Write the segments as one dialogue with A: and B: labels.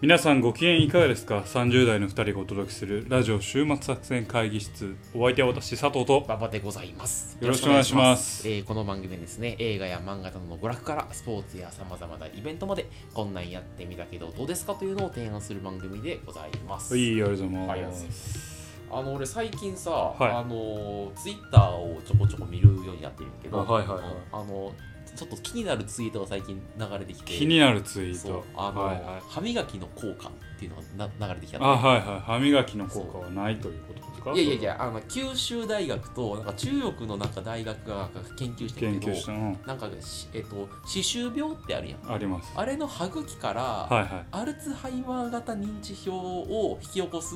A: 皆さんご機嫌いかがですか ?30 代の2人がお届けするラジオ週末作戦会議室お相手は私佐藤と
B: 馬場でございます。
A: よろしくお願いします
B: よろしくお願いしますえーこの番組はですね、映画や漫画などの娯楽からスポーツやさまざまなイベントまで、こんなんやってみたけどどうですかというのを提案する番組でございます。
A: いいありがとうござ
B: あり
A: い
B: が
A: ま
B: とうございますあの俺最近さ、
A: い
B: あのツイッターをちょこちょこ見るようになってるんだけど、
A: あはいはいはい
B: あのちょっと気になるツイートが最近流れてきて、
A: 気になるツイー
B: そう
A: ト
B: あの、
A: はいはい
B: 歯磨きの効果っていうのがな流れてきたの
A: あはいはい歯磨きの効果はないということですか
B: いやいやいやあの九州大学となんか中国のなんか大学が研究してる
A: 研
B: けど
A: 究したの
B: なんかし、えっと、歯周病ってあるやん
A: ありますは
B: あれの歯茎から、
A: いはい
B: アルツハイマー型認知症を引き起こす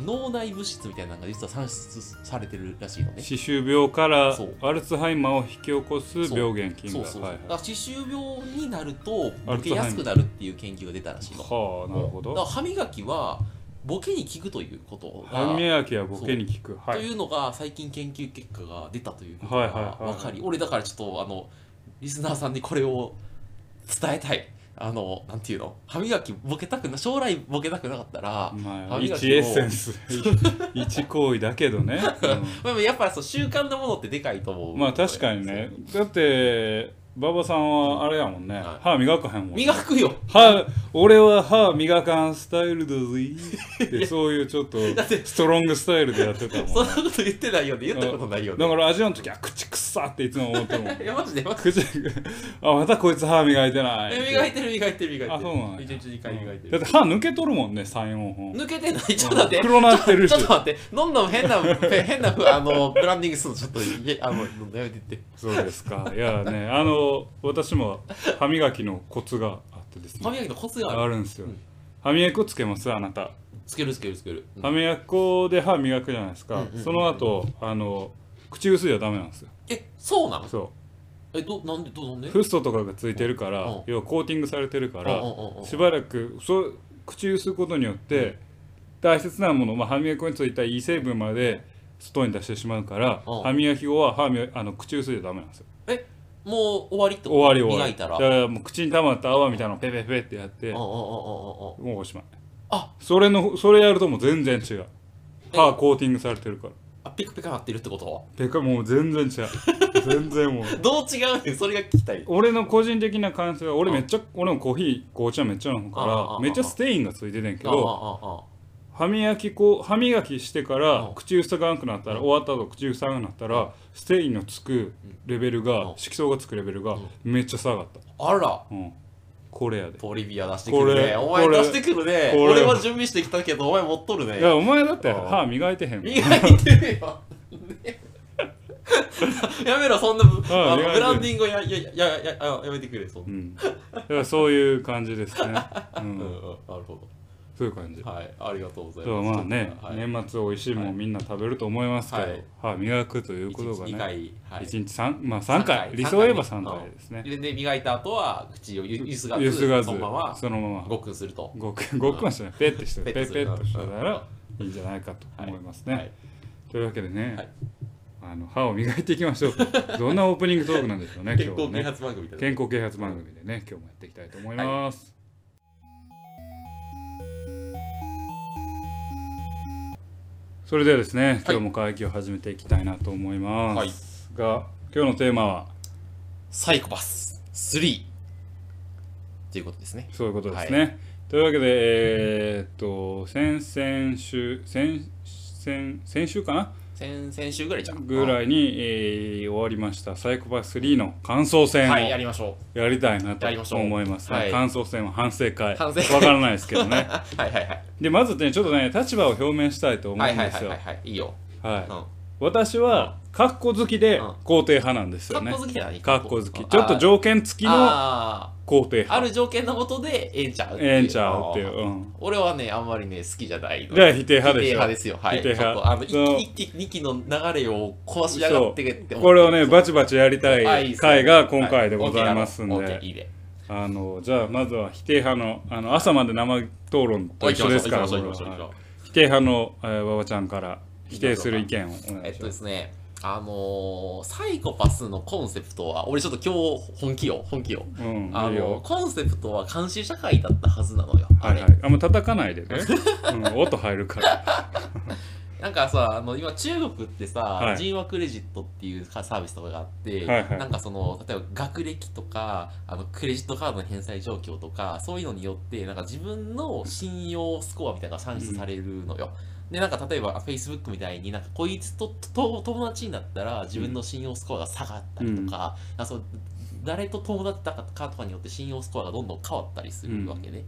B: 脳内物質みたいなのが実は産出されてるらしいのね
A: 歯周病から
B: そう
A: アルツハイマーを引き起こす病原菌が
B: そうそうそう、
A: はい
B: だか
A: は
B: ら歯周病になると
A: ア
B: ボ
A: ル
B: ケ
A: ツハイマー
B: やすくなるっていう研究が出たらしい
A: い
B: の
A: はあなるほ
B: だから
A: ど
B: 歯磨きはボケに効くということが
A: 歯磨きはボケに効くは
B: と
A: い
B: いうのが最近研究結果が出たということが
A: はいはいはいはい
B: 分かり俺だからちょっとあのリスナーさんにこれを伝えたいあのなんていうの歯磨きボケたくな将来ボケたくなかったら、
A: ま
B: 歯
A: あ
B: 磨き
A: 一
B: を
A: エッセン ス一行為だけどね、うん
B: まあ、やっぱそう習慣のものってでかいと思う
A: まあ確かにねだって馬場さんはあれやもんね、
B: はい
A: 歯磨かへんもんね
B: 磨くよ
A: 歯俺は歯磨かんスタイルだぜってそういうちょっと
B: だって
A: ストロングスタイルでやってたもんね
B: そんなこと言ってないよね言ったことない よ
A: だ
B: ね
A: から味の時は口くっさっていつも思ってるもん
B: いやマジでマジで
A: 口あまたこいつ歯磨いてない
B: え磨いてる磨いてる磨いてる
A: あそうなんや
B: 一日二回磨いて
A: だっ
B: る
A: て歯抜けとるもんね34本
B: 抜けてないちょっと待って
A: 黒なってるし
B: ちょっと待って、どんどん変な、変な、あの、ブランディングするの、ちょっと、いえあの、やめてって。
A: そうですかいやねあの私も歯磨きのコツがあってですね
B: 歯磨きのコツがあ
A: あ
B: る。
A: るんですよ、
B: うん
A: 歯磨き粉つけますあなた、
B: つけるつけるつける。うん
A: 歯磨き粉で歯磨くじゃないですか、
B: うんうんうん
A: その後あの口薄いはダメなんですよ
B: え、そうなの
A: そ
B: え、ど、なんで、ど、なんで
A: うフッ素とかがついてるから、
B: うん
A: 要はコーティングされてるから、
B: うんうんうんうん
A: しばらくそう口薄いことによって、大切なもの、まあ、歯磨き粉についたいい成分まで外に出してしまうから、
B: うん
A: 歯磨き後は歯磨あの口薄いはダメなんですよ
B: え、もう終わりってこと
A: 終わり終わ
B: 磨
A: り
B: いたら。
A: だからもう口に溜まった泡みたいなのをペペペってやって、
B: うんうんうんうんうんうん
A: もうおしまい
B: あ
A: それのそれやるともう全然違う
B: え
A: 歯コーティングされてるから
B: あ、ピカピカなってるってこと
A: てかもう全 然違う全然もう
B: どう違うねんそれが聞きたい。
A: 俺の個人的な感想は俺
B: うん
A: めっちゃ俺もコーヒー紅茶めっちゃ飲むか
B: ああああ
A: らめっちゃステインがついててんけ
B: ああ
A: ど
B: あああ
A: 歯磨きこう歯磨きしてか
B: う
A: ら
B: ん
A: 口塞がなくなったら
B: うん
A: 終わった後口塞がなくなったらステインのつくレベル
B: う
A: が
B: ん
A: 色素がつくレベルが
B: うん
A: めっちゃ下がった
B: ああら。
A: うんこれやで
B: ボリビア出してくる
A: こ
B: ね。
A: れ
B: お前
A: これ
B: 出してくるね。
A: これ
B: 俺は準備してきたけど、お前持っとる
A: い
B: ね。
A: やお前だって
B: ああ
A: 歯磨いてへんもん
B: 磨いてるよ。ねやめろ、そんな、
A: 磨
B: あの
A: いてる
B: ブランディングをややややややめてくれ、そん
A: う
B: な。
A: ん、だからそういう感じですね、う
B: う
A: ん
B: んうん、なるほど。
A: そういう感じ、
B: はい、ありがとうござい
A: では
B: ます。
A: まあね、
B: はい、
A: 年末美味しいもんみんな食べると思いますけど、
B: はい
A: 歯磨くということが
B: 1日2
A: ね
B: 回、はい、
A: 一日三まあ3回
B: 三回
A: 理想を言えば3回ですね
B: でで磨いた後は口をゆゆすがず
A: ゆすがず
B: そのまま
A: そのまま
B: ごっくんすると。
A: ごっくんごっくんはしないペッてしてペ
B: ペ
A: ッ
B: ッ
A: ペ
B: てする
A: ッとしてたらいいんじゃないかと思いますね、
B: はい、
A: というわけでね、
B: はい
A: あの歯を磨いていきましょう どんなオープニングトークなんでしょうね
B: 健
A: 今日は
B: 康
A: ね
B: 啓発番組みたいな。
A: 健康啓発番組でね今日もやっていきたいと思います、それではですね今日も会議を始めていきたいなと思います、が今日のテーマは
B: サイコパス3ということですね。
A: そういうことですね、というわけでえーっと先々週先先先週かな
B: 先先週ぐらいじゃん。
A: ぐらいに、えー終わりましたサイコパス3の感想戦を
B: はい、やりましょ
A: やりたいなと
B: やりましょう
A: 思いますね、
B: はい
A: 感想戦は反省会
B: 反省会
A: わからないですけどね
B: う。はいはいはい。
A: でまずねちょっとね立場を表明したいと思
B: は
A: う
B: い
A: ん
B: はい
A: で
B: は
A: す
B: い
A: よ
B: はいはい。いいよ。
A: は
B: う
A: い
B: ん。カ
A: 私はカッコ好きで
B: うん
A: 肯定派なんですよ
B: ッ
A: ね
B: コ好きじゃない
A: カッコ好きちょっと条件付きの
B: あ
A: 肯定
B: ーあ
A: 派
B: る条件のことで、ええんちゃうっていう
A: ええんちゃうっていう、うん、
B: 俺はね、あんまりね、好きじゃないの。
A: じゃあ否定派
B: 否定
A: でしょ
B: 派ですよ。はい。
A: 否定派
B: ちょっとあの、
A: そう
B: 一期、二期の流れを壊しやがってって
A: これをね
B: バ
A: バチバチやりたい回が今回でございますんで、
B: いいね。
A: あのじゃあまずは否定派のあの朝まで生討論と一緒ですから
B: 行きまし
A: こ
B: ょう行きましょう行
A: れは
B: きましょう
A: はい否定派の馬場、えー馬場ちゃんから否定する意見をお願
B: え
A: い
B: っ
A: し
B: と
A: ま
B: ですすね、あのーサイコパスのコンセプトは、俺ちょっと今日本気よ、本気よ。
A: うん、
B: あ
A: いい
B: の
A: よ
B: コンセプトは監視社会だったはずなのよ。あ
A: は
B: れ
A: いはいあもう叩かないでね、うん、音入るから
B: なんかさ、あの今中国ってさ、
A: はい
B: 人話クレジットっていうかサービスとかがあって、
A: はいはい
B: なんかその、例えば学歴とか、あのクレジットカードの返済状況とか、そういうのによって、なんか自分の信用スコアみたいなのが算出されるのよ。で、なんか例えば Facebook みたいになんかこいつととと友達になったら自分の信用スコアが下がったりとか、あそう誰と友達だったかとかによって信用スコアがどんどん変わったりするわけね。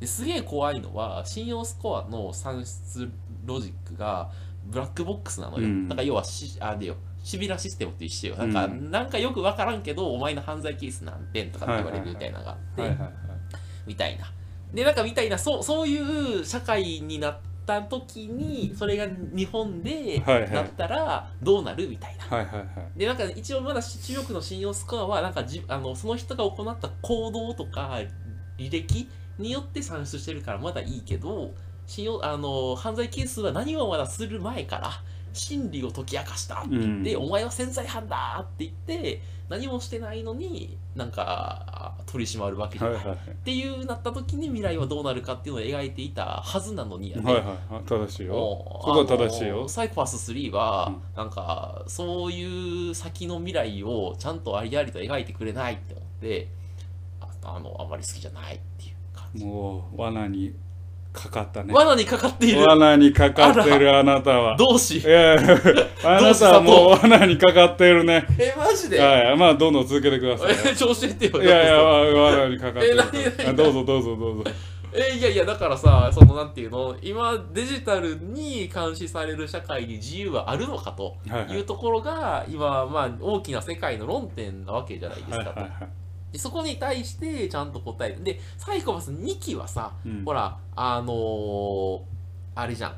B: ですげえ怖いのは信用スコアの算出ロジックがブラックボックスなのよ。
A: うん
B: だから要はしあれよシビラシステムと一緒よ。なんか、
A: うん
B: なんかよくわからんけどお前の犯罪ケース何点とかって言われるみたいなのがあって、
A: はいはいはい
B: みたいな。でなんかみたいなそうそういう社会になった時にそれが日本で
A: はいはい
B: なったらどうなるみたいな。
A: はいはいはい
B: でなんか一応まだ中国の信用スコアはなんかじあのその人が行った行動とか履歴によって算出してるからまだいいけど信用あの犯罪係数は何をまだする前から真理を解き明かしたって言って、
A: う
B: お前は潜在犯だって言って何もしてないのになんか取り締まるわけじゃ
A: はい
B: ない、
A: はいはい
B: っていうなった時に未来はどうなるかっていうのを描いていたはずなのにやね、
A: はいはいはい正しいよ
B: もう
A: そこは正しいよ
B: あのサイコパス3は、
A: うん
B: なんかそういう先の未来をちゃんとありありと描いてくれないって思ってああのあんまり好きじゃないっていう感じ、
A: もう罠にかかったね
B: 罠にかかっている
A: 罠にかかってるあなたは
B: 同志
A: いやいやあなたはもう罠にかかってるね
B: えマジで、
A: はいまあどんどん続けてくだ さい
B: え調子ってよ
A: いやいや罠にかかってる
B: え何何
A: あどうぞどうぞどうぞ
B: えいやいやだからさそのなんていうの今デジタルに監視される社会に自由はあるのかと
A: はいはい
B: いうところが今、まあ、大きな世界の論点なわけじゃないです
A: はいはい
B: かと
A: は
B: でそこに対してちゃんと答えるでサイコパス2期はさ、
A: いうん
B: ほらあのーあれじゃん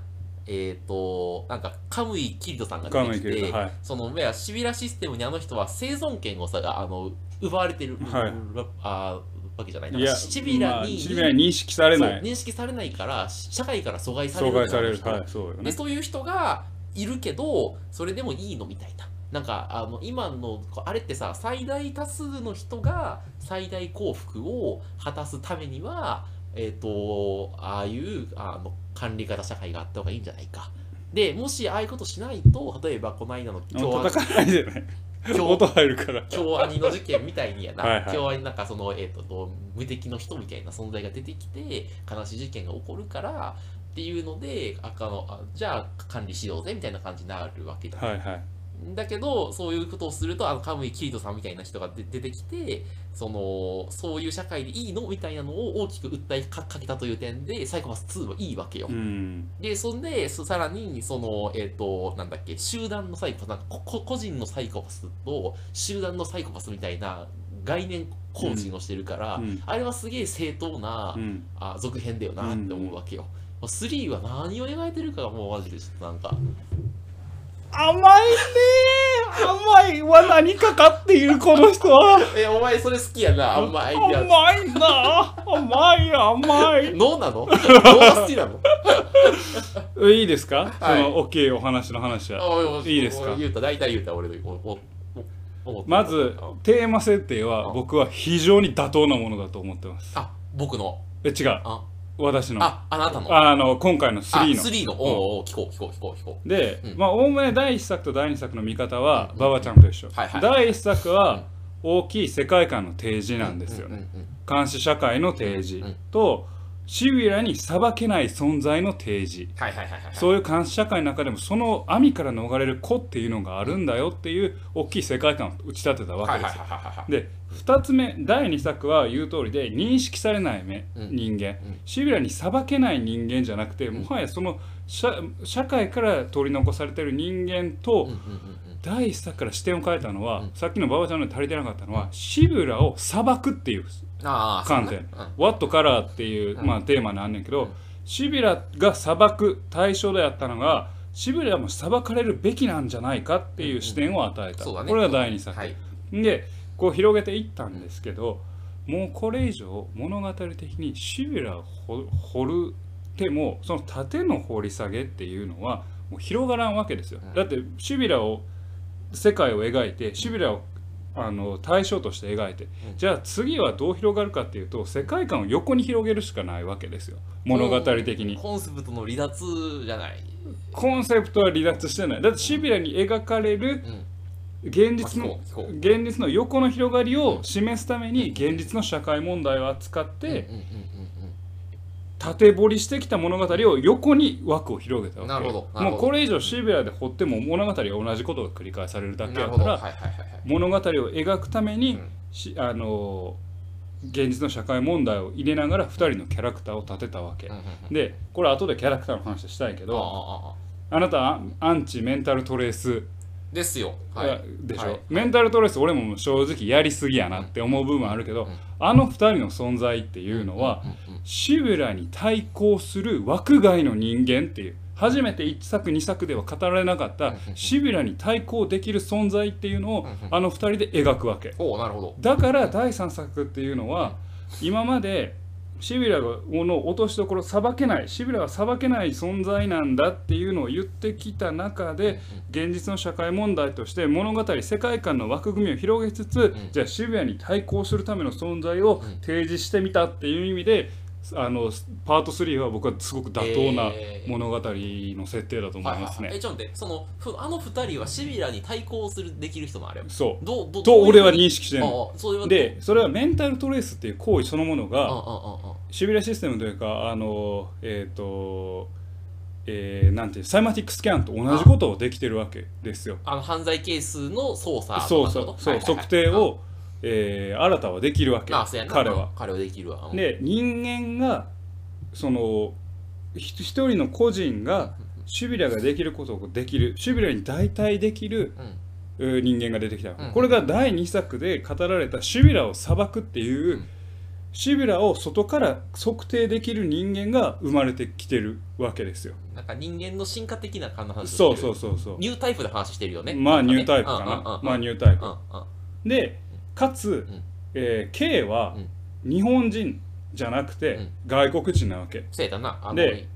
B: えっ、となんかカムイキリトさんが
A: カム
B: 出
A: イ
B: て
A: キ
B: き
A: リ
B: て、
A: トはい
B: そのいやシビラシステムにあの人は生存権をさがあの奪われてる、
A: はい
B: あわけじゃない
A: いや
B: シビラ
A: まあ
B: に,、
A: シビラに認識されない
B: そう認識されないから社会から阻害され
A: 障
B: る
A: 害される
B: みたいな
A: はいそうよ
B: で
A: ね
B: そういう人がいるけどそれでもいいのみたいな。なんかあの今のこうあれってさ最大多数の人が最大幸福を果たすためにはえっ、とああいうあの管理型社会があった方がいいんじゃないか。でもしああいうことしないと例えばこの間の
A: あ
B: 共和
A: 叩かないでね
B: 共和
A: 音入るから
B: 京アニの事件みたいにやな
A: はいはい
B: 京アニなんかその、えー、とどう無敵の人みたいな存在が出てきて悲しい事件が起こるからっていうのでああのあじゃあ管理しようぜみたいな感じになるわけだ,、
A: はいはい
B: だけどそういうことをするとあのカムイキリトさんみたいな人が出出てきてそのそういう社会でいいのみたいなのを大きく訴えかかけたという点でサイコパス2はいいわけよ、
A: うん
B: で、そんで、そさらに、その、えっ、と、なんだっけ、集団のサイコパス、なんかここ個人のサイコパスと集団のサイコパスみたいな概念構築をしてるから、
A: うん
B: あれはすげえ正当な、
A: うん
B: あ続編だよなって思うわけよ。もう3は何を描いてるかがもうマジでちょっとなんか、
A: 甘いね甘い罠にかかっているこの人は
B: え、お前それ好きやな、あんまアイディ ア。
A: 甘いな甘い甘い
B: ノーなのノーが好きなの
A: いいですか、
B: はい
A: その大きいお話の話は。
B: あ
A: いいですか
B: 言うた、大体言うた、俺のおおお思ってる
A: まずテーマ設定
B: あ
A: は僕は非常に妥当なものだと思ってます。
B: あ、僕の、
A: え違う
B: あ、
A: 私のあ
B: あ、あなたの。
A: の今回の
B: あ、
A: 3の。
B: 3の。おうおう、聞こう、聞こう、聞こう、聞こ
A: で、
B: うん
A: まあおおむね第1作と第2作の見方は
B: うん
A: 馬場ちゃんと一緒、
B: はいはい
A: 第1作は大きい世界観の提示
B: う。
A: なんですよね、
B: うんうんうん
A: 監視社会の提示
B: うん
A: とシビラに裁けない存在の提示
B: はいはいはいはい。
A: そういう監視社会の中でもその網から逃れる子っていうのがあるんだよっていう大きい世界観を打ち立てたわ
B: は
A: け
B: い
A: で
B: はい
A: す
B: はい
A: よ。
B: はいはいはい。
A: で2つ目第2作は言う通りで認識されない目、
B: うん
A: 人間
B: うん
A: シビラに裁けない人間じゃなくてもはやその社社会から取り残されてる人間と、
B: うんうんうんうん
A: 第1作から視点を変えたのは、
B: うん
A: さっきの馬場ちゃんのに足りてなかったのはシビラを裁くっていう
B: ああ、
A: 観
B: そうね
A: 点
B: うん
A: 「What Color」っていう、
B: うん
A: まあ、テーマなんねんけど、
B: うん
A: シビラが裁く対象であったのがシビラも裁かれるべきなんじゃないかっていう視点を与えた、
B: そうだね。
A: これが第2作、
B: はい。
A: でこう広げていったんですけど、もうこれ以上物語的にシビラを掘掘るてもその縦の掘り下げっていうのはもう広がらんわけですよ、
B: うん
A: だってシビラを世界を描いてシビラをあの対象として描いてじゃあ次はどう広がるかっていうと世界観を横に広げるしかないわけですよ物語的に
B: コンセプトの離脱じゃない、
A: コンセプトは離脱してないだってシビラに描かれる
B: うん、
A: 現実の
B: まあそうそう
A: 現実の横の広がりを示すために現実の社会問題を扱って
B: うんうん
A: 縦掘りしてきた物語を横に枠を広げたわけ
B: なるほどなるほど
A: もうこれ以上シビラで掘っても物語は同じことが繰り返されるだ
B: うんうん
A: け
B: な
A: や
B: る
A: か
B: ほど
A: ら、
B: はいはいはいはい
A: 物語を描くために、
B: うん
A: しあの現実の社会問題を入れながら2人のキャラクターを立てたわけ、
B: うんうんうん
A: でこれ後でキャラクターの話したいけどあ
B: ああああ
A: なたアンアンチメンタルトレース
B: ですよはい
A: がでしょ、
B: はい
A: メンタルトレース俺も正直やりすぎやなって思う部分はあるけど、
B: うん
A: あの2人の存在っていうのは、
B: うんうん
A: シブラに対抗する枠外の人間っていう初めて1作2作では語られなかっ
B: うん
A: た
B: うんうん
A: シブラに対抗できる存在っていうのを
B: うんうん
A: あの2人で描くわけ
B: おうなるほど
A: だから第3作っていうのは今までシビラの落としどころ裁けないシビラは裁けない存在なんだっていうのを言ってきた中で現実の社会問題として物語世界観の枠組みを広げつつ
B: ん
A: じゃあシビラに対抗するための存在を
B: うん
A: 提示してみたっていう意味であのパート3は僕はすごく妥当な
B: えー
A: 物語の設定だと思います
B: はいはいは
A: ね
B: いえ。ちょっと待ってそのふあの二人はシビラに対抗するできる人なあれ
A: そう
B: どうどう
A: と俺は
B: 認
A: 認識して
B: 識
A: る
B: ああそれは
A: でそれはメンタルトレースっていう行為そのもの
B: ああ
A: が
B: あああ
A: シビラシステムというかあのえっ、とえーなんていうサイマティックスキャンと同じことをできてるわけですよ。
B: あの犯罪係数の操作
A: そ
B: と
A: う
B: か
A: そう
B: っ
A: そう
B: てこと
A: 測定を、えー新たはできるわけ
B: ああそうやな
A: 彼
B: う
A: は
B: ん。彼はできるわうん
A: で人間がそのひ一人の個人がシビラができることをできるシビラに代替できる
B: うん
A: えー人間が出てきた、
B: うん
A: これが第2作で語られたシビラを裁くっていう、
B: うん
A: シビラを外から測定できる人間が生まれてきてるわけですよ、
B: なんか人間の進化的な感じの話をして
A: そう
B: る
A: そうそうそう
B: ニュータイプの話してるよね
A: まあ
B: なん
A: ニ
B: ね
A: ュータイプか
B: うんうんうん
A: な
B: うん
A: まあニュータイプ
B: うんうん
A: でかつ、
B: うん
A: えー K は日本人じゃなく
B: う
A: て
B: ん
A: 外国人なわけ
B: そうやったなあの
A: で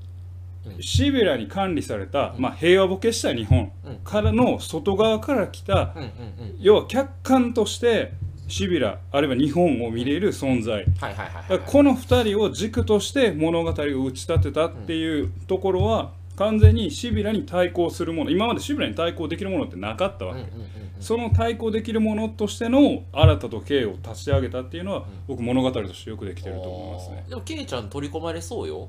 A: シビラに管理された、まあ、平和ボケした日本
B: うん
A: からの外側から来た
B: うんうんうん
A: 要は客観としてシビラあるいは日本を見れる存在
B: はいはいはいは
A: だ
B: い
A: からこの2人を軸として物語を打ち立てたっていうところは完全にシビラに対抗するもの今までシビラに対抗できるものってなかったわ
B: うん
A: け、
B: うんうんうん
A: その対抗できるものとしての新たと刑を立ち上げたっていうのは僕物語としてよくできてると思いますね
B: あーでもケイちゃん取り込まれそうよ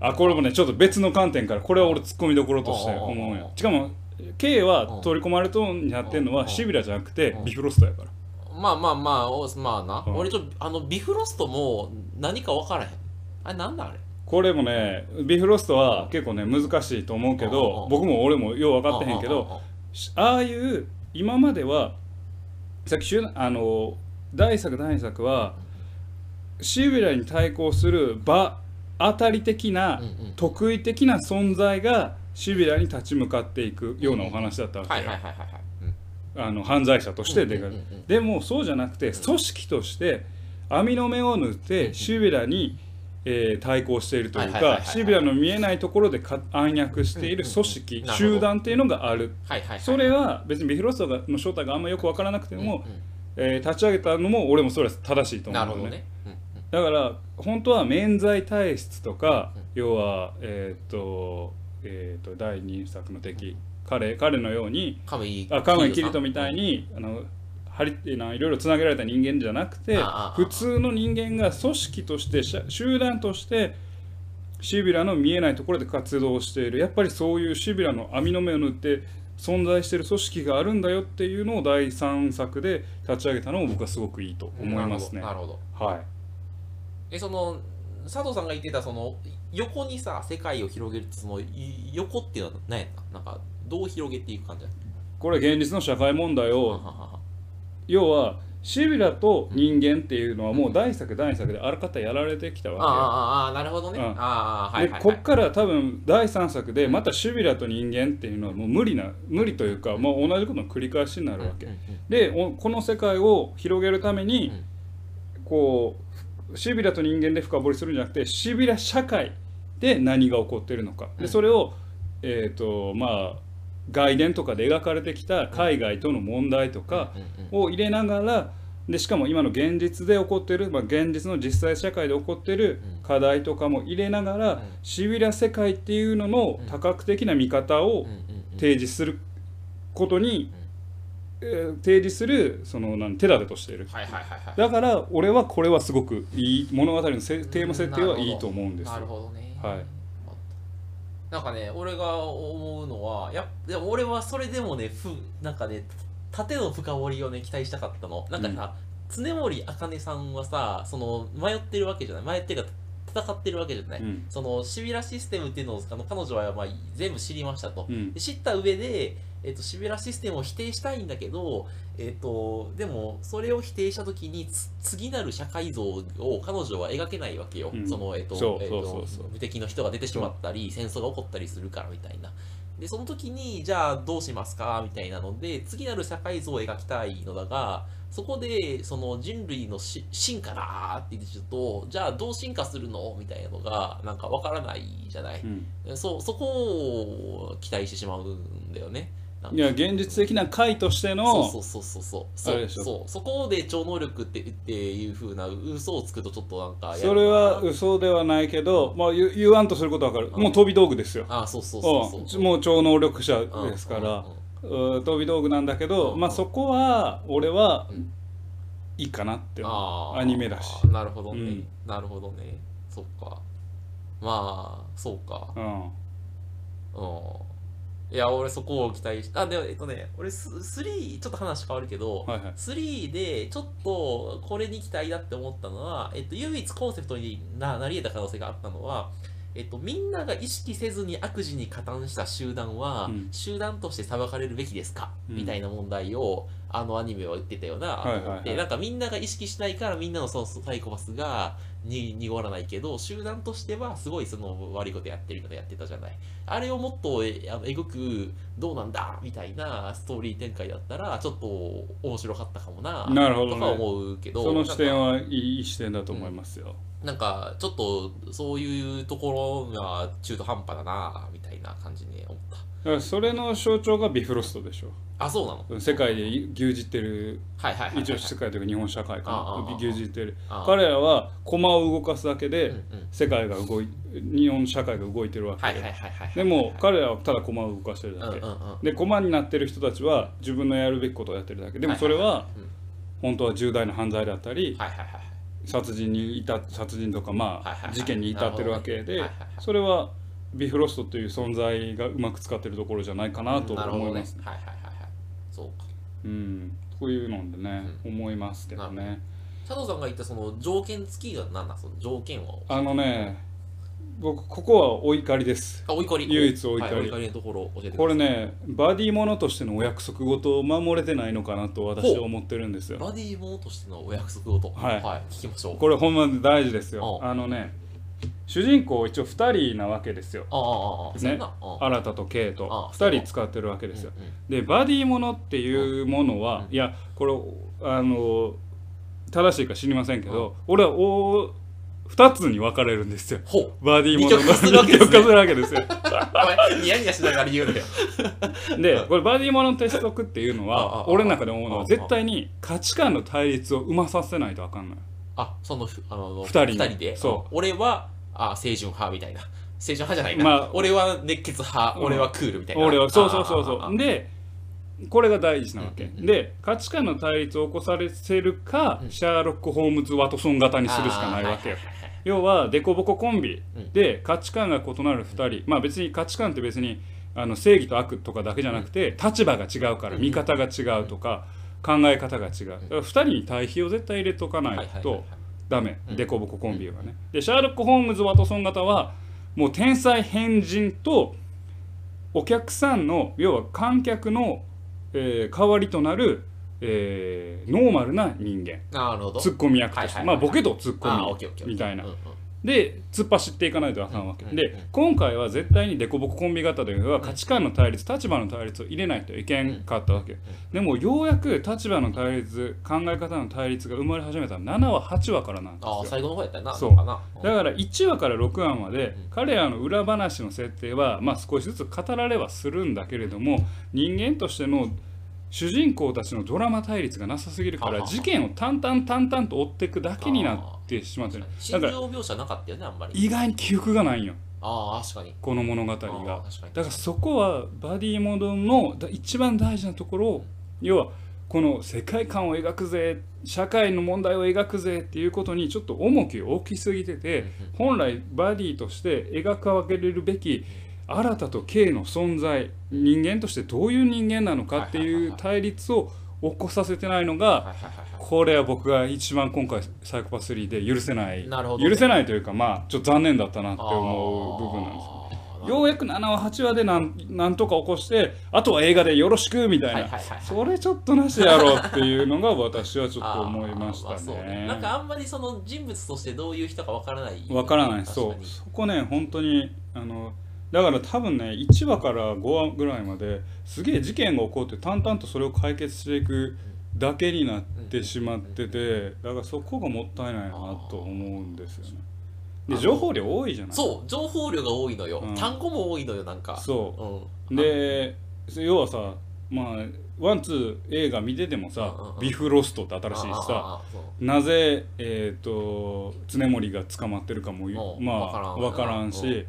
A: あこれもねちょっと別の観点からこれは俺ツッコミどころとして思う
B: あ
A: よ
B: ー
A: しかも K は取り込まれとんになってんの
B: あ
A: は
B: ー
A: シビラじゃなくて
B: あー
A: ビフロストやから
B: まあまあまあおまあな、
A: うん
B: 俺ちょっとあのビフロストも何か分からへんあれなんだあれ
A: これもねビフロストは結構ね難しいと思うけ
B: あーあ
A: ど
B: ー
A: 僕も俺もよう分かってへんけど
B: あああ
A: ああいう今まではさっきしゅあの第一作第二作はシビラに対抗する場当たり的な
B: あうんうん
A: 得意的な存在がシビラに立ち向かっていくようなお話だったわ
B: は
A: け
B: い
A: よ
B: はいはいはいはい
A: あの犯罪者として出か
B: うんうんうんうん
A: でもそうじゃなくて組織として網の目を塗っ
B: うん
A: てシビラに、えー対抗しているという
B: はいはいはい
A: か
B: はい
A: シビラの見えないところでか暗躍している組
B: うん
A: 織
B: うんうんなるほど
A: 集団っていうのがある
B: はいはいはい
A: それは別にビフロストがの正体があんまよく分からなくても、
B: うんうん
A: えー立ち上げたのも俺もそれは正しいと思
B: な
A: う
B: る
A: の
B: ほ
A: ね
B: どねうんうん
A: だから本当は免罪体質とか、
B: うん
A: 要はえーっとえーっと第2作の敵、彼彼のように
B: 亀井
A: あカメキリトみたい
B: に
A: にあの張りってないろいろつなげられた人間じゃなくて
B: あああ
A: 普通の人間が組織としてしゃ集団としてシビラの見えないところで活動しているやっぱりそういうシビラの網の目を塗って存在している組織があるんだよっていうのを第3作で立ち上げたのも僕はすごくいいと思いますね。
B: な
A: は
B: るほど
A: い、
B: えその佐藤さんが言ってたその横にさ世界を広げるってそのい横っていうのは何やったなんかどう広げていく感じだ
A: これ現実の社会問題
B: は
A: を
B: はは
A: 要はシビラと人間っていうのはもう第1作第2作であらかたやられてきたわけよ
B: ああああなるほどね
A: うん
B: ああはい
A: で
B: はい
A: こ
B: は
A: っ
B: い
A: から多分第3作でまたシビラと人間っていうのはもう無理な無理というかもう同じことの繰り返しになるわけ、
B: うんうんうん
A: でおこの世界を広げるためにこうシビラと人間で深掘りするんじゃなくてシビラ社会で何が起こっているのか
B: う
A: で
B: ん
A: それをえっ、とまあ外伝とかで描かれてきた海外との問題とか
B: うんうん
A: を入れながらでしかも今の現実で起こってる、まあ、現実の実際社会で起こってる
B: うん
A: 課題とかも入れながら、
B: うん
A: シビラ世界っていうのの
B: うん
A: 多角的な見方を
B: うんうんうん
A: 提示することに、えー提示するそのなん手立てとしている
B: はいはいはいはい
A: だから俺はこれはすごくいい物語のせテーマ設定はいいと思うんです
B: なる
A: よ。
B: ほどね。
A: はい
B: なんかね、俺が思うのは、やっでも俺はそれでもね、ふなんかね、縦の深掘りをね、期待したかったの。なんかさ、常森茜さんはさ、その迷ってるわけじゃない。迷ってるか戦ってるわけじゃない。
A: うん
B: そのシビラシステムっていうのをあの彼女はまあ全部知りましたと、
A: うん
B: で知った上で、えっとシビラシステムを否定したいんだけど、えっとでもそれを否定した時につ次なる社会像を彼女は描けないわけよ、
A: うん
B: その、えっと
A: そう
B: えっと
A: そうそうそう
B: 無敵の人が出てしまったり戦争が起こったりするからみたいな。でその時にじゃあどうしますかみたいなので次なる社会像を描きたいのだがそこでその人類のし進化だーって言ってちょっとじゃあどう進化するのみたいなのがなんかわからないじゃない、
A: うん
B: そうそこを期待してしまうんだよねなんか
A: いや現実的な解としての
B: そうそうそうそうそ
A: あれ
B: う
A: でしょ
B: そうそこで超能力ってっていう風な嘘をつくとちょっとなんかやだな
A: それは嘘ではないけど、まあ、言言わんとすることは分かるもう飛び道具ですよ
B: あそうそう
A: う
B: そうんそう
A: もう超能力者
B: うん
A: ですから
B: うん
A: うん飛び道具なんだけど、
B: うん
A: まあ、そこは俺は
B: うん
A: いいかなって思う
B: あー
A: アニメだし、
B: なるほどね、
A: うん
B: なるほどねそっかまあそうか
A: うん、
B: うんいや俺そこを期待してあでもえっとね俺ス3ちょっと話変わるけど、
A: はいはい
B: 3でちょっとこれに期待だって思ったのは、えっと、唯一コンセプトにななり得た可能性があったのは、えっと、みんなが意識せずに悪事に加担した集団は、
A: うん
B: 集団として裁かれるべきですか、
A: うん
B: みたいな問題をあのアニメは言ってたよな、
A: はいはいはい
B: でなんかみんなが意識しないからみんなのそのサイコパスがに濁らないけど集団としてはすごいその悪いことやってるのやってたじゃない。あれをもっとえあの描くどうなんだみたいなストーリー展開だったらちょっと面白かったかもな
A: なるほどね
B: とか思うけど
A: その視点
B: なんか
A: はいいいい視点だと思いますよ、
B: なんかちょっとそういうところが中途半端だなみたいな感じに思っ
A: だからそれの象徴がビフロストでしょ
B: たあそうなの
A: 世界で牛耳ってる
B: はいはいはいはい
A: 一応世界というか日本社会
B: あ
A: か
B: ああ
A: な牛耳ってる
B: あ
A: 彼らは駒を動かすだけ
B: うんう
A: で
B: ん
A: 世界が動い日本社会が動いてるわけ
B: はい
A: で
B: はいはいはい
A: でも彼らはただ駒を動かしてる
B: うん
A: だ
B: うんう
A: け
B: んは
A: で駒になってる人たちは自分のやるべきことをやってるだけでもそれは本当は重大な犯罪だった
B: い
A: り
B: はいはい
A: 殺人に至殺人とかま
B: はいはいは
A: あ
B: い
A: 事件に至ってるわけ
B: なる
A: で
B: ほどねはいはいはい
A: それはビフロストという存在がうまく使ってるところじゃないかなと
B: なるほ
A: 思い
B: どね
A: ますね。
B: はいはいはいはいそうか
A: うんこういうのでね思いますけど
B: な
A: ね。
B: 佐藤さんが言ったその条件付きが何なんその条件は
A: あのね僕ここはお怒りです。
B: あお怒り
A: 唯一お怒り
B: はいお怒りのところ教えてください
A: これねバディものとしてのお約束事を守れてないのかなと私は思ってるんですよ。
B: バディものとしてのお約束をと、
A: はい
B: 聞きましょう。
A: これほんま大事ですよ
B: お
A: あのね主人公一応2人なわけですよ
B: ああああああ、そん
A: ね
B: なああ
A: 新とケイト
B: あそう
A: 2人使ってるわけですよ
B: うんうん
A: でバディものっていうものは
B: うん
A: いやこれあの正しいか知りませんけど俺はお2つに分かれるんですよ
B: ほう。
A: バディもの
B: 二極化するわけですね
A: 二極化するわけ ですよ
B: お前ニヤニヤしながら言うのよ。
A: でこれバディものの鉄則っていうの
B: あああ
A: は俺の中で思うの
B: あ
A: は
B: あ
A: 絶対に価値観の対立を生まさせないとあかんのよ
B: あ、その、ふあの、
A: 二人の
B: で。
A: そう
B: 俺は、あ、清純派みたいな。清純派じゃないな。
A: まあ
B: 俺は熱血派、
A: うん
B: 俺はクールみたいな。
A: 俺はそうそうそう
B: ああ
A: そ
B: あ
A: うでこれが大事なわけ、
B: うんうんうん
A: で価値観の対立を起こさせるか、
B: うん
A: シャーロック・ホームズ・ワトソン型にするしかないわけよ、要はデコボココンビ
B: うん
A: で価値観が異なる2人、まあ別に価値観って別にあの正義と悪とかだけじゃなくて、立場が違うから
B: うん
A: 見方が違うとか、考え方が違うだから2人に対比を絶対入れとか
B: ああああ
A: な
B: はいいはいはいはい
A: とダメ、
B: うん
A: デコボココンビはねでシャーロック・ホームズ・ワトソン型はもう天才変人とお客さんの要は観客の、えー代わりとなる、えーノーマルな人間
B: なるほど。
A: ツッコミ役として、
B: はいはい
A: ま
B: はい
A: あボケとツッ
B: ああオ
A: コ
B: ッケーオッケーオッケー
A: ミみたいな
B: うんうん
A: で突っ走っていかないとあかんわけ、
B: うんうんうん
A: で今回は絶対に凸凹コンビ型というのは価値観の対立立場の対立を入れないといけんかったわけ、でもようやく立場の対立考え方の対立が生まれ始めたのは7話8話からなんです
B: ああ
A: よ
B: 最後の方やったよな
A: そう
B: なんかな
A: だから1話から6話まで
B: うん
A: 彼らの裏話の設定はまあ少しずつ語られはするんだけれども人間としての主人公たちのドラマ対立がなさすぎるか
B: は
A: ら
B: は
A: 事件を淡々淡々と追っていくだけになってしまってるだ
B: 心
A: か
B: 情
A: ら
B: 描写なかったよねあんまり
A: 意外に記憶がないんよ
B: ああ確かに
A: この物語
B: あ
A: が
B: ー確かに
A: だからそこはバディモードのだ一番大事なところを要はこの世界観を描くぜ社会の問題を描くぜっていうことにちょっと重きを置きすぎてて
B: うんうん
A: 本来バディとして描か分けれるべき新たと K の存在人間としてどういう人間なのかっていう対立を起こさせてないのが
B: はいはいはいは
A: これは僕が一番今回サイコパス3で許せない
B: いなるほどね
A: 許せないというかまあちょっと残念だったなって
B: あー
A: 思う部分なんです
B: なるほ
A: ようやく7話8話でなんなんとか起こしてあとは映画でよろしくみたいな、
B: はいはいはいはい
A: それちょっとなしやろうっていうのが私はちょ
B: ど
A: っと思いまし
B: あ
A: た
B: ーあそう
A: ね。
B: なんかあんまりその人物としてどういう人かわからない
A: わからないそ
B: 確か
A: う
B: に
A: そこね本当にあのだから多分ね1話から5話ぐらいまですげえ事件が起こって淡々とそれを解決していくだけになってしまっててだからそこがもったいないなと思うんですよね。で情報量多いじゃない
B: そう情報量が多いのよ、
A: うん
B: 単語も多いのよなんか
A: そう
B: う、ん、
A: で要はさまあワンツー映画見ててもさ
B: うんうんう
A: 「
B: ん
A: ビフロスト」って新しいしさ
B: ああああそう
A: なぜ、えー、と常森が捕まってるかも
B: うん
A: ま
B: わから
A: あ
B: ん
A: 分からん
B: うん
A: し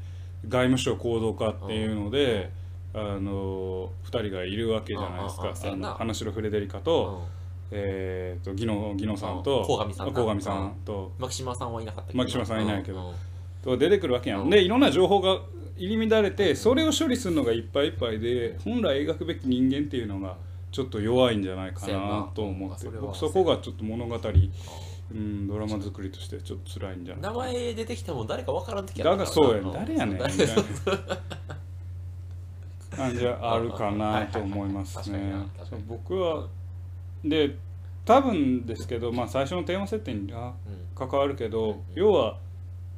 A: 外務省行動課っていうので、あの2人がいるわけじゃないです
B: う
A: か
B: んうんうんそう
A: あ
B: やんな
A: の花城フレデリカと,、えー、と技能技能さんと
B: うん鴻上さんな
A: 鴻上さんと
B: 牧島さんはいなかったけど
A: 牧島さんいないけど
B: うんうん
A: と出てくるわけやん、
B: うん
A: でいろんな情報が入り乱れてそれを処理するのがいっぱいいっぱいで本来描くべき人間っていうのがちょっと弱いんじゃないか
B: そうや
A: な
B: な
A: と思って
B: それは
A: 僕そこがちょっと物語、うん、ドラマ作りとしてちょっと辛いんじゃない
B: 名前出てきても誰かわからん時
A: だがそうやん誰やねんみ
B: 誰
A: たいな感じはあるかなと思います
B: はいはい
A: ね
B: はい確かにな確かに
A: 僕はで多分ですけど、まあ、最初のテーマ設定にあ
B: うん
A: 関わるけど要は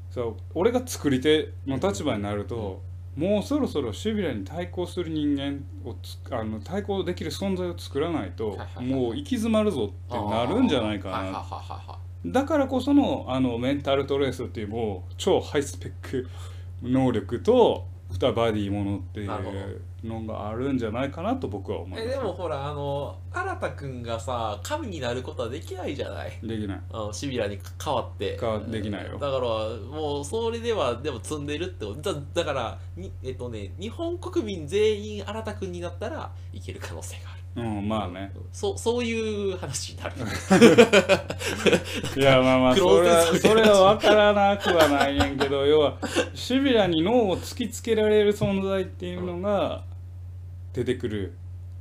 A: さ俺が作り手の立場になるともうそろそろシビラに対抗する人間をつあの対抗できる存在を作らないと
B: はいはいはい
A: もう行き詰まるぞってなるんじゃないか
B: はいはい
A: な
B: はいはいは
A: だからこそのあのメンタルトレースっていうもう超ハイスペック能力と二バディものっていう
B: なるほ
A: のがあるんじゃないかなと僕は思
B: い
A: い
B: え
A: ま
B: ですもほらあの新田君がさ神になることはできないじゃない
A: できない
B: あのシビラに変わって
A: 変わできないよ
B: だからもうそれではでも積んでるってことだだからにえっとね日本国民全員新田君になったらいける可能性がある
A: うんまあね
B: そうそういう話になる
A: いやまあまあ
B: クロ
A: そ
B: ー
A: れ
B: ズ
A: は
B: テスト
A: それは分からなくはないねんけど要はシビラに脳を突きつけられる存在っていうのが出てくる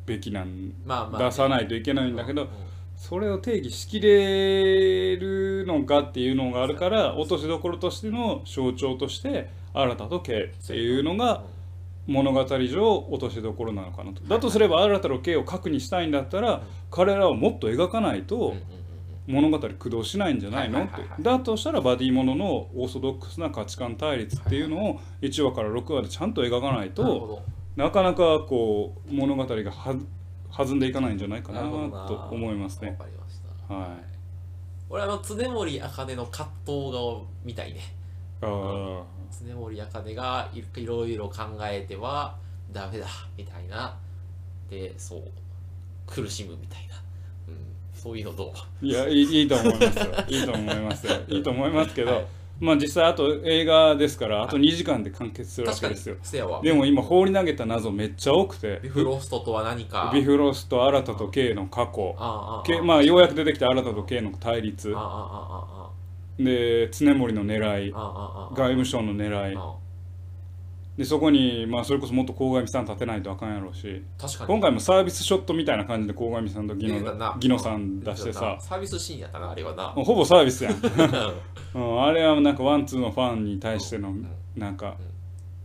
A: べきなん
B: まあまあ
A: 出さないといけないんだけ
B: う
A: ど
B: ん
A: それを定義しきれるのかっていうのがあるから落としどころとしての象徴として新たと K っていうのが物語上落としどころなのかなとだとすれば新たと K を核にしたいんだったら彼らをもっと描かないと
B: うんうんうん
A: 物語駆動しないんじゃないの
B: は
A: っ
B: いはいはいは
A: て
B: い
A: だとしたらバディもののオーソドックスな価値観対立っていうのを1話から6話でちゃんと描かない
B: うんなるほ
A: と
B: ど
A: なかなかこう物語がは弾んでいかないんじゃないかな
B: なるほどな
A: と思いますね
B: わ。かりました
A: はい
B: 俺あの常森茜の葛藤が見たいね
A: あ
B: 常森茜がいいろいろ考えてはダメだみたいなでそう苦しむみたいな、うん、そういうのどう
A: ーいやいいいいと思い ますよいいと思いますよいいと思いますけど、
B: はい
A: まあ実際あと映画ですからあと2時間で完結するわ
B: 確
A: け
B: か
A: で
B: に
A: すよ
B: せやわ
A: でも今放り投げた謎めっちゃ多くて
B: ビフロストとは何か
A: ビフロスと新たと K の過去
B: ああああ
A: け
B: ああ
A: まあようやく出てきた新たと K の対立
B: ああ
A: で常森の狙い
B: あああああああああああ
A: 外務省の狙いでそこにまあそれこそもっと鴻上さん立てないとあかんやろうし
B: 確かに
A: 今回もサービスショットみたいな感じで鴻上さんと技
B: 出てたな
A: 能技能さん出して
B: 出
A: さ
B: たなサービスシーンやったなあれはな
A: もうほぼサービスやん
B: う
A: うん、あれはなんかワンツーのファンに対しての
B: ん
A: なんか
B: うん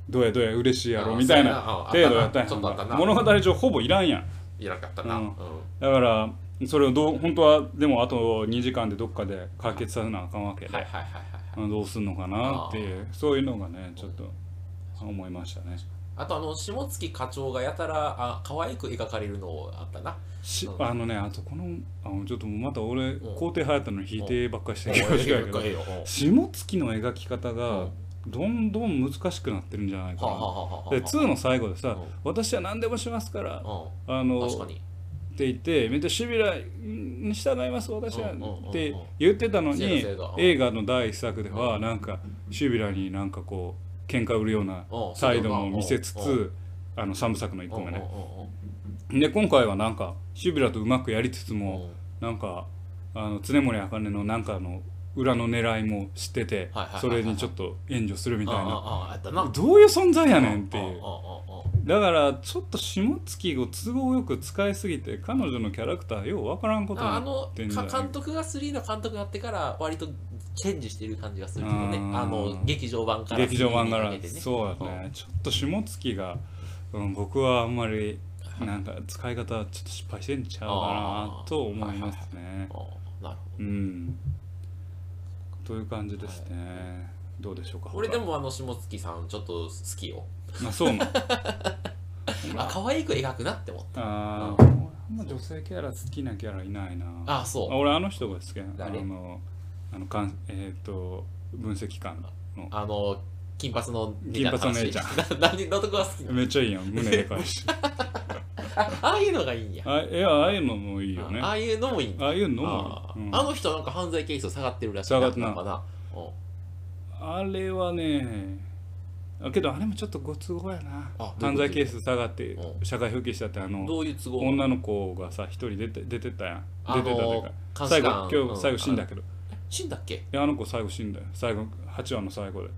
A: どうやどうや嬉しいやろ
B: あ
A: みたいな
B: そう
A: 程
B: やなあ
A: 度やったん
B: ちょっとあっ
A: や
B: た
A: ん
B: な
A: 物語上ほぼいらんやん
B: んいらなかったな、
A: う
B: うんん
A: だからそれをどう本当はでもあと2時間でどっかで解決させなあかんわけで、
B: はいはいはいはいはい。
A: うんどうすんのかなっていうそういうのがねちょっと思いましたね。
B: あとあの下月課長がやたらあ可愛く描かれるのあったな。
A: し
B: うん
A: あのねあとこのあのちょっともうまた俺
B: うん
A: 肯定派やったのに否定ばっかりしてる
B: もうええ
A: け
B: よ
A: ど
B: ええようん は
A: 下月の描き方
B: う
A: が
B: ん
A: どんどん難しくなってるんじゃない
B: あ
A: か
B: はあ
A: な。
B: はあはあ。
A: で2の最後でさ
B: うん
A: 「私は何でもしますから」
B: う
A: あ
B: ん。
A: の
B: 確か
A: っ
B: に。
A: て言ってめっちゃシビラに従います私は
B: うんうんうんうん
A: って言ってたの
B: せや
A: に
B: せやうん
A: 映画の第一作では
B: う
A: なんかシビラになんかこう喧嘩売るような
B: うん
A: サイドも見せつ
B: うん
A: つあの3部作の1個目
B: うん
A: ね
B: うんうんうん
A: で今回はなんかシビラとうまくやりつつ
B: うん
A: もなんかあの常森茜のなんかの裏の狙いも知ってて
B: はいはいはいはい
A: それにちょっと援助するみたい
B: あ
A: な
B: ああああったな。
A: どういう存在やねんって
B: ああ
A: いう
B: あああ
A: だからちょっと下月を都合よく使いすぎて彼女のキャラクターようわからんことに
B: あ
A: な
B: あ
A: っ
B: の
A: てんじゃ
B: か
A: ない
B: 監督が3の監督になってから割とチェンジしてる感じがするけどね
A: うん
B: あの劇場版から
A: 劇場版から、
B: 3にかけてね
A: そうやね、ちょっと下月が、うん、僕はあんまりなんか使い方ちょっと失敗してんちゃうか
B: あ
A: な
B: ー
A: と思いますね、
B: うんなるほ
A: う
B: ど
A: んという感じですね、どうでしょうか
B: 俺で、もあの下月さんちょっと好きよ
A: まあ、そうなの
B: あ可愛く描くなって思った
A: あー俺あんま女性キャラ好きなキャラいないな
B: ああそう
A: あ俺あの人が好きやなあ
B: 誰
A: のあのかんえっ、と分析官の
B: あの金髪の
A: 金髪の姉ちゃん
B: ん 何のとこが好きなの
A: めっちゃいいやん胸でかいし
B: あああいうのがいいんや
A: あいやああいうのもいいよね
B: ああ
A: あ
B: あいうのもいいんだ
A: あいうのも
B: あ,、
A: いいうん
B: あの人なんか犯罪ケース下がってるらしい
A: 下がってな
B: なんかなうん
A: あれはねあけどあれもちょっとご都合やな
B: あどうい
A: 犯
B: うこと
A: 罪ケース下がって
B: うん
A: 社会復帰したってあの
B: どういう都合
A: 女の子がさ一人出て出てたやん
B: あ
A: 出
B: の
A: てたというか
B: 監視
A: 最
B: 官
A: 後今
B: うん
A: 日最後死んだけどい
B: 死んだっけ
A: やあの子最後死んだよ最後8話の最後で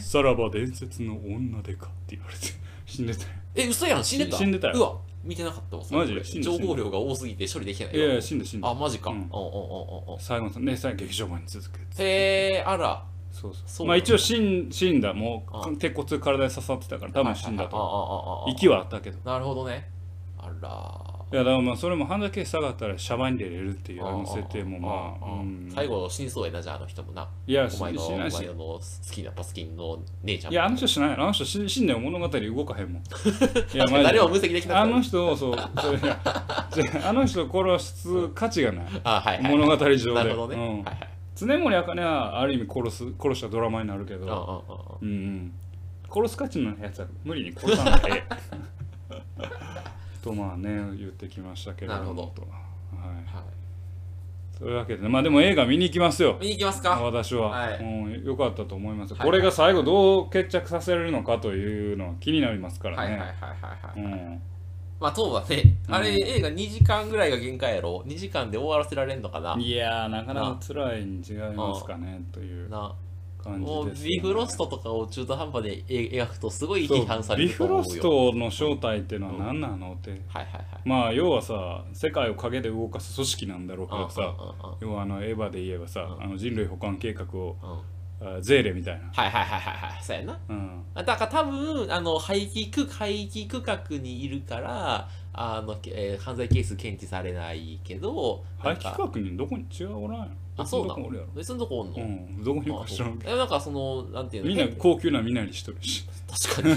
A: 「さらば伝説の女でか」って言われて 死んでたよ
B: え、嘘やん、死んでた
A: し死んでたよ
B: うわ、見てなかったわ。それ
A: マジで死んでた
B: 情報量が多すぎて処理できてない
A: い
B: わ。
A: やいや死んだ死んだ
B: あ、マジか。う
A: うんん
B: うんうんうんうん。
A: 最後のね最後劇場版に続けて
B: へえ、あら。
A: そうそう
B: そう
A: まあ一応死ん死んだもう
B: あ
A: 鉄骨体に刺さってたから多分死んだ
B: ああ
A: と
B: ああああ
A: 息はあったけど
B: なるほどね。あら。
A: いやだからまあそれも半だけ下がったらシャバに出れるっていうあの設定もまあ
B: う
A: うんん
B: 最後死にそうやな、じゃああの人もな。
A: いや
B: お
A: 死
B: 前の、お
A: な
B: 前
A: いし
B: の好きなパスキンの姉ちゃん
A: い
B: も。
A: やあの人しないあの人死死んでも物語動かへ んもんいや
B: 確かに
A: マジ
B: 誰
A: で
B: も分析できなか
A: あ
B: った
A: の人をそう それいやじゃああの人を殺す価値がない
B: あ、はいはい。
A: 物語上で
B: なるほどね。
A: うん
B: はいはい。
A: 常森茜はある意味殺す殺したドラマになるけ
B: うんうん
A: ど
B: うんうん
A: うんうん殺す価値のないやつは無理に殺さない でとまあね言ってきましたけれども
B: なるほ
A: と、は、
B: はい
A: というわけでねまあでも映画見に行きますよ
B: い見に行きますか。
A: 私は、
B: はい
A: うん、よかったと思います、
B: はい
A: これが最後どう決着させられるのかというのは気になりますか
B: はいは
A: ら
B: い
A: ね、
B: はいはいはい。
A: うん、
B: まあ、当はね、
A: うん
B: あれ映画2時間ぐらいが限界やろ。2時間で終わらせられんのかな。
A: いやーなかなか辛いに違いますかねという
B: な
A: 感じ
B: もう
A: です、ね、
B: ビフロストとかを中途半端で描くとすごい
A: そう
B: 批判され
A: ビ
B: る
A: フ
B: と思
A: ロ
B: う
A: ス
B: よ。
A: トの正体っていうのは何なのって、
B: はいはいはい。
A: まあ要はさ世界を陰で動かす組織なんだろうけどさ
B: うんうんうんうん
A: 要はあのエヴァで言えばさ
B: うん
A: あの人類保管計画を
B: うん
A: あゼーレみたいな、
B: はいはいはいはいはい。そうやな。
A: うん、
B: だから多分、あの、廃棄区、廃棄区画にいるから、あの、えー犯罪ケース検知されないけど、な
A: 廃
B: んか
A: 棄区画にどこに違うおらんやろ
B: あ、そうな
A: 別にどこにおるや
B: の別のとこおん
A: ろう
B: の、
A: んどこにか知らんけど
B: でもなんかその、なんていうの
A: みんな
B: へ
A: 高級な身なりしとるし
B: 確かに。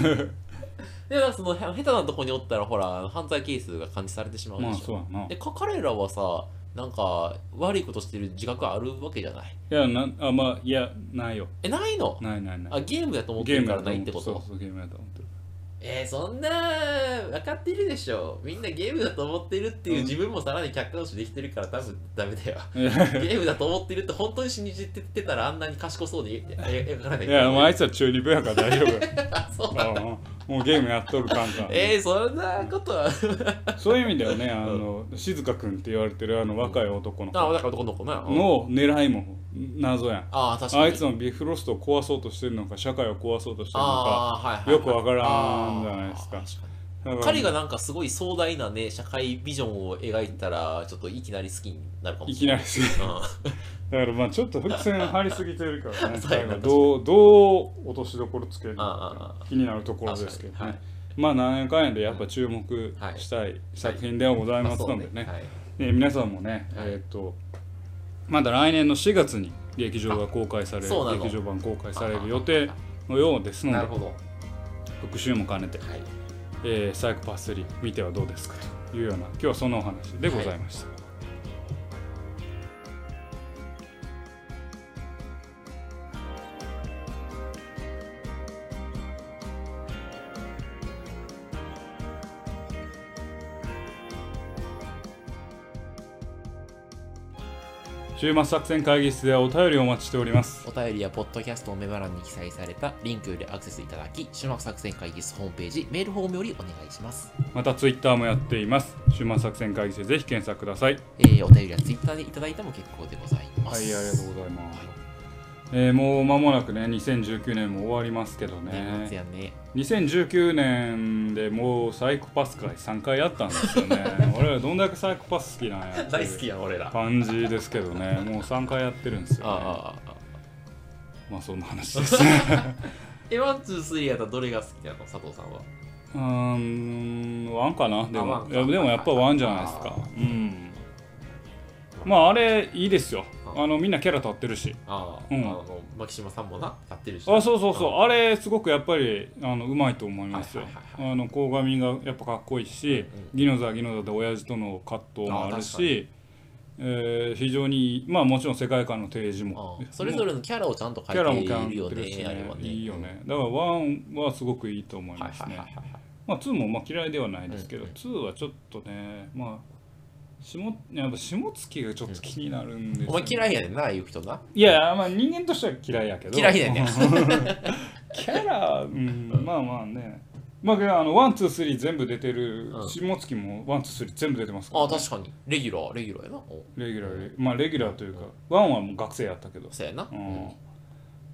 B: でもなんかその、へ下手なとこにおったら、ほら、犯罪ケースが感じされてしまうでし
A: ま
B: ょ。
A: あそうやな
B: でか彼らはさなんか悪いことしてる自覚あるわけじゃない
A: いやなあまあいやないよ
B: えないの
A: ないないない
B: あゲームだと思って
A: ゲー
B: る
A: ム
B: か
A: や
B: ら
A: と
B: ない
A: 思
B: っ
A: ってて
B: こ
A: そう
B: と
A: そうゲームやと思ってる
B: えー、そんな分かってるでしょみんなゲームだと思ってるってい
A: う
B: う
A: ん
B: 自分もさらに客観視できてるから多分ダメだよ
A: いや
B: ゲームだと思ってるって本当に信じてってたらあんなに賢そうにええ描かない
A: いやまああ
B: い
A: いつは中二病やから大丈夫
B: そう
A: ああもうゲームやっとる感か
B: えー、そんなこ とは
A: そういう意味ではねあの静香君って言われてるあの若い男の子
B: あだからどこどこな
A: の狙いも謎やん
B: ああ確かに
A: あいつのビフロストを壊そうとしてるのか社会を壊そうとしてるのか
B: ああはいはい、
A: よくわからんじゃないですか
B: あー確に
A: だから
B: 彼がなんかすごい壮大なね社会ビジョンを描いたらちょっといきなり好きになるかも
A: い
B: し
A: き
B: れ
A: な
B: ない
A: りすぎ
B: うん
A: だからまあちょっと伏線張りすぎてるからね
B: そうや
A: 最
B: な
A: 後どうどう落としどころつけるの
B: うんうん
A: か気になるところですけどね、
B: 確かにはい
A: まあ何やかんやでやっぱ注目したい作品ではございますのでね、
B: はい
A: えー皆さんもね、
B: はい
A: えーっとまだ来年の4月に劇場が公開される
B: そうなの
A: 劇場版公開される予定のようですの
B: な
A: で
B: るほど。はい。
A: 復習も兼ねて、えーサイコパス3見てはどうですかというような今日はそのお話でございました。週末作戦会議室ではお便りをお待ちしております。
B: お便りやポッドキャストのメモ欄に記載されたリンクよりアクセスいただき、週末作戦会議室ホームページ、メールフォームよりお願いします。
A: またツイッターもやっています。週末作戦会議室でぜひ検索ください。
B: えー、お便りはツイッターでいただいても結構でございま
A: は
B: す。
A: い、ありがとう
B: う
A: ございます。えーもう間もなくね、2019年も終わりますけど
B: 年末
A: ね、
B: やね。
A: 2019年でもうサイコパス会3回あったんですよね。 俺らどんだけサイコパス好きなんや。
B: 大好きやん、俺ら。あ
A: 感じですけど ね、もう3回やってるんですよ、ね。
B: あああ。
A: まあそんな話です ね。
B: え、ワン、ツー、スリーやったらどれが好きなの佐藤さんは。
A: うーん、ワンかなで
B: あワン
A: も
B: か
A: いやでもやっぱワンじゃないですか
B: あ。
A: うん。まああれいいですよ。あのみんなキャラ立ってるし。
B: ああ、
A: うん
B: あの、牧島さんもな、やってるし。
A: あそうそうそう、あれすごくやっぱりあのうまいと思いますよ
B: はいはいは
A: あの鴻上がやっぱかっこいいし、
B: うん
A: ギノザはギノザで親父との葛藤もある
B: あ確か
A: しえー非常にまあもちろん世界観の提示
B: あ
A: も
B: あそれぞれのキャラをちゃんと
A: キャ
B: 変
A: ラ
B: え
A: も
B: て
A: キャ
B: いる
A: ン
B: よ
A: プ
B: ね
A: るし、
B: あれはね。
A: いいよねだからワンはすごくいいと思い
B: はい
A: ます
B: はい
A: ね、
B: はいはいはい。
A: まあ2もまあ嫌いではないですけど、
B: うんうん
A: ツー2はちょっとねまあ下やっぱ下月がちょっと気になるんですよね、
B: お前嫌いやねんな、ああいう人な。
A: いやまあ人間としては嫌いやけど
B: 嫌いやね
A: キャラ、うん、まあまあねまあけどあのワンツースリー全部出てる、
B: うん
A: 下月もワンツースリー全部出てますから、
B: ああ、
A: ね、
B: 確かに。レギュラー、レギュラーやな。お
A: レギュラーレまあレギュラーというかワンはもう学生やったけど、
B: そうやな。
A: う
B: うん
A: ん、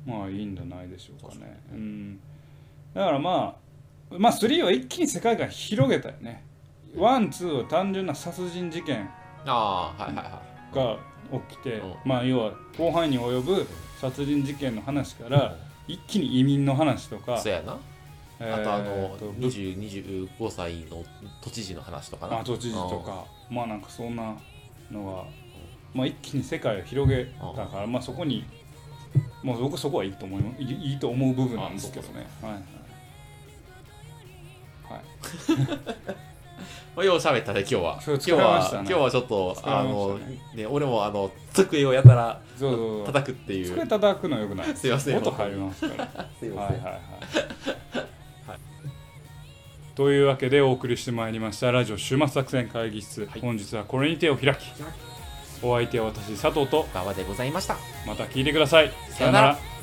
A: まあいいんじゃないでしょうかねうんだからまあまあ3は一気に世界観広げたよねワンツーは単純な殺人事件
B: ああ、はいはいはい。
A: が起きて、
B: うん
A: まあ要は広範囲に及ぶ殺人事件の話から一気に移民の話とか、
B: そうやな。
A: え
B: あ
A: ー
B: とあの、
A: とぶ
B: 20 25歳の都知事の話とかな。
A: あ都知事とかまあなんかそんなのが、まあ、一気に世界を広げたから、まあ、そこに、まあ、僕そこはいいと思いいいいと思う部分なんですけどねはいはいはい
B: まあ。よう喋ったね、今日は。
A: そう
B: 今日
A: 疲れま
B: は
A: し、たね
B: 今日はちょっ
A: 疲れま
B: と、
A: したね
B: あの、ね、俺もあの、机をやたら
A: そうそうそう
B: 叩くってい
A: 机
B: う。
A: 叩くのよくない
B: すいません。
A: 音
B: 本当
A: 入
B: に
A: りますからは
B: すい
A: い
B: ま
A: はい
B: せん。
A: はいはいというわけでお送りしてまいりましたラジオ終末作戦会議室、
B: はい
A: 本日はこれに手を開きお相手は私佐藤と
B: 馬場でございました。
A: また聞いてください
B: さよなら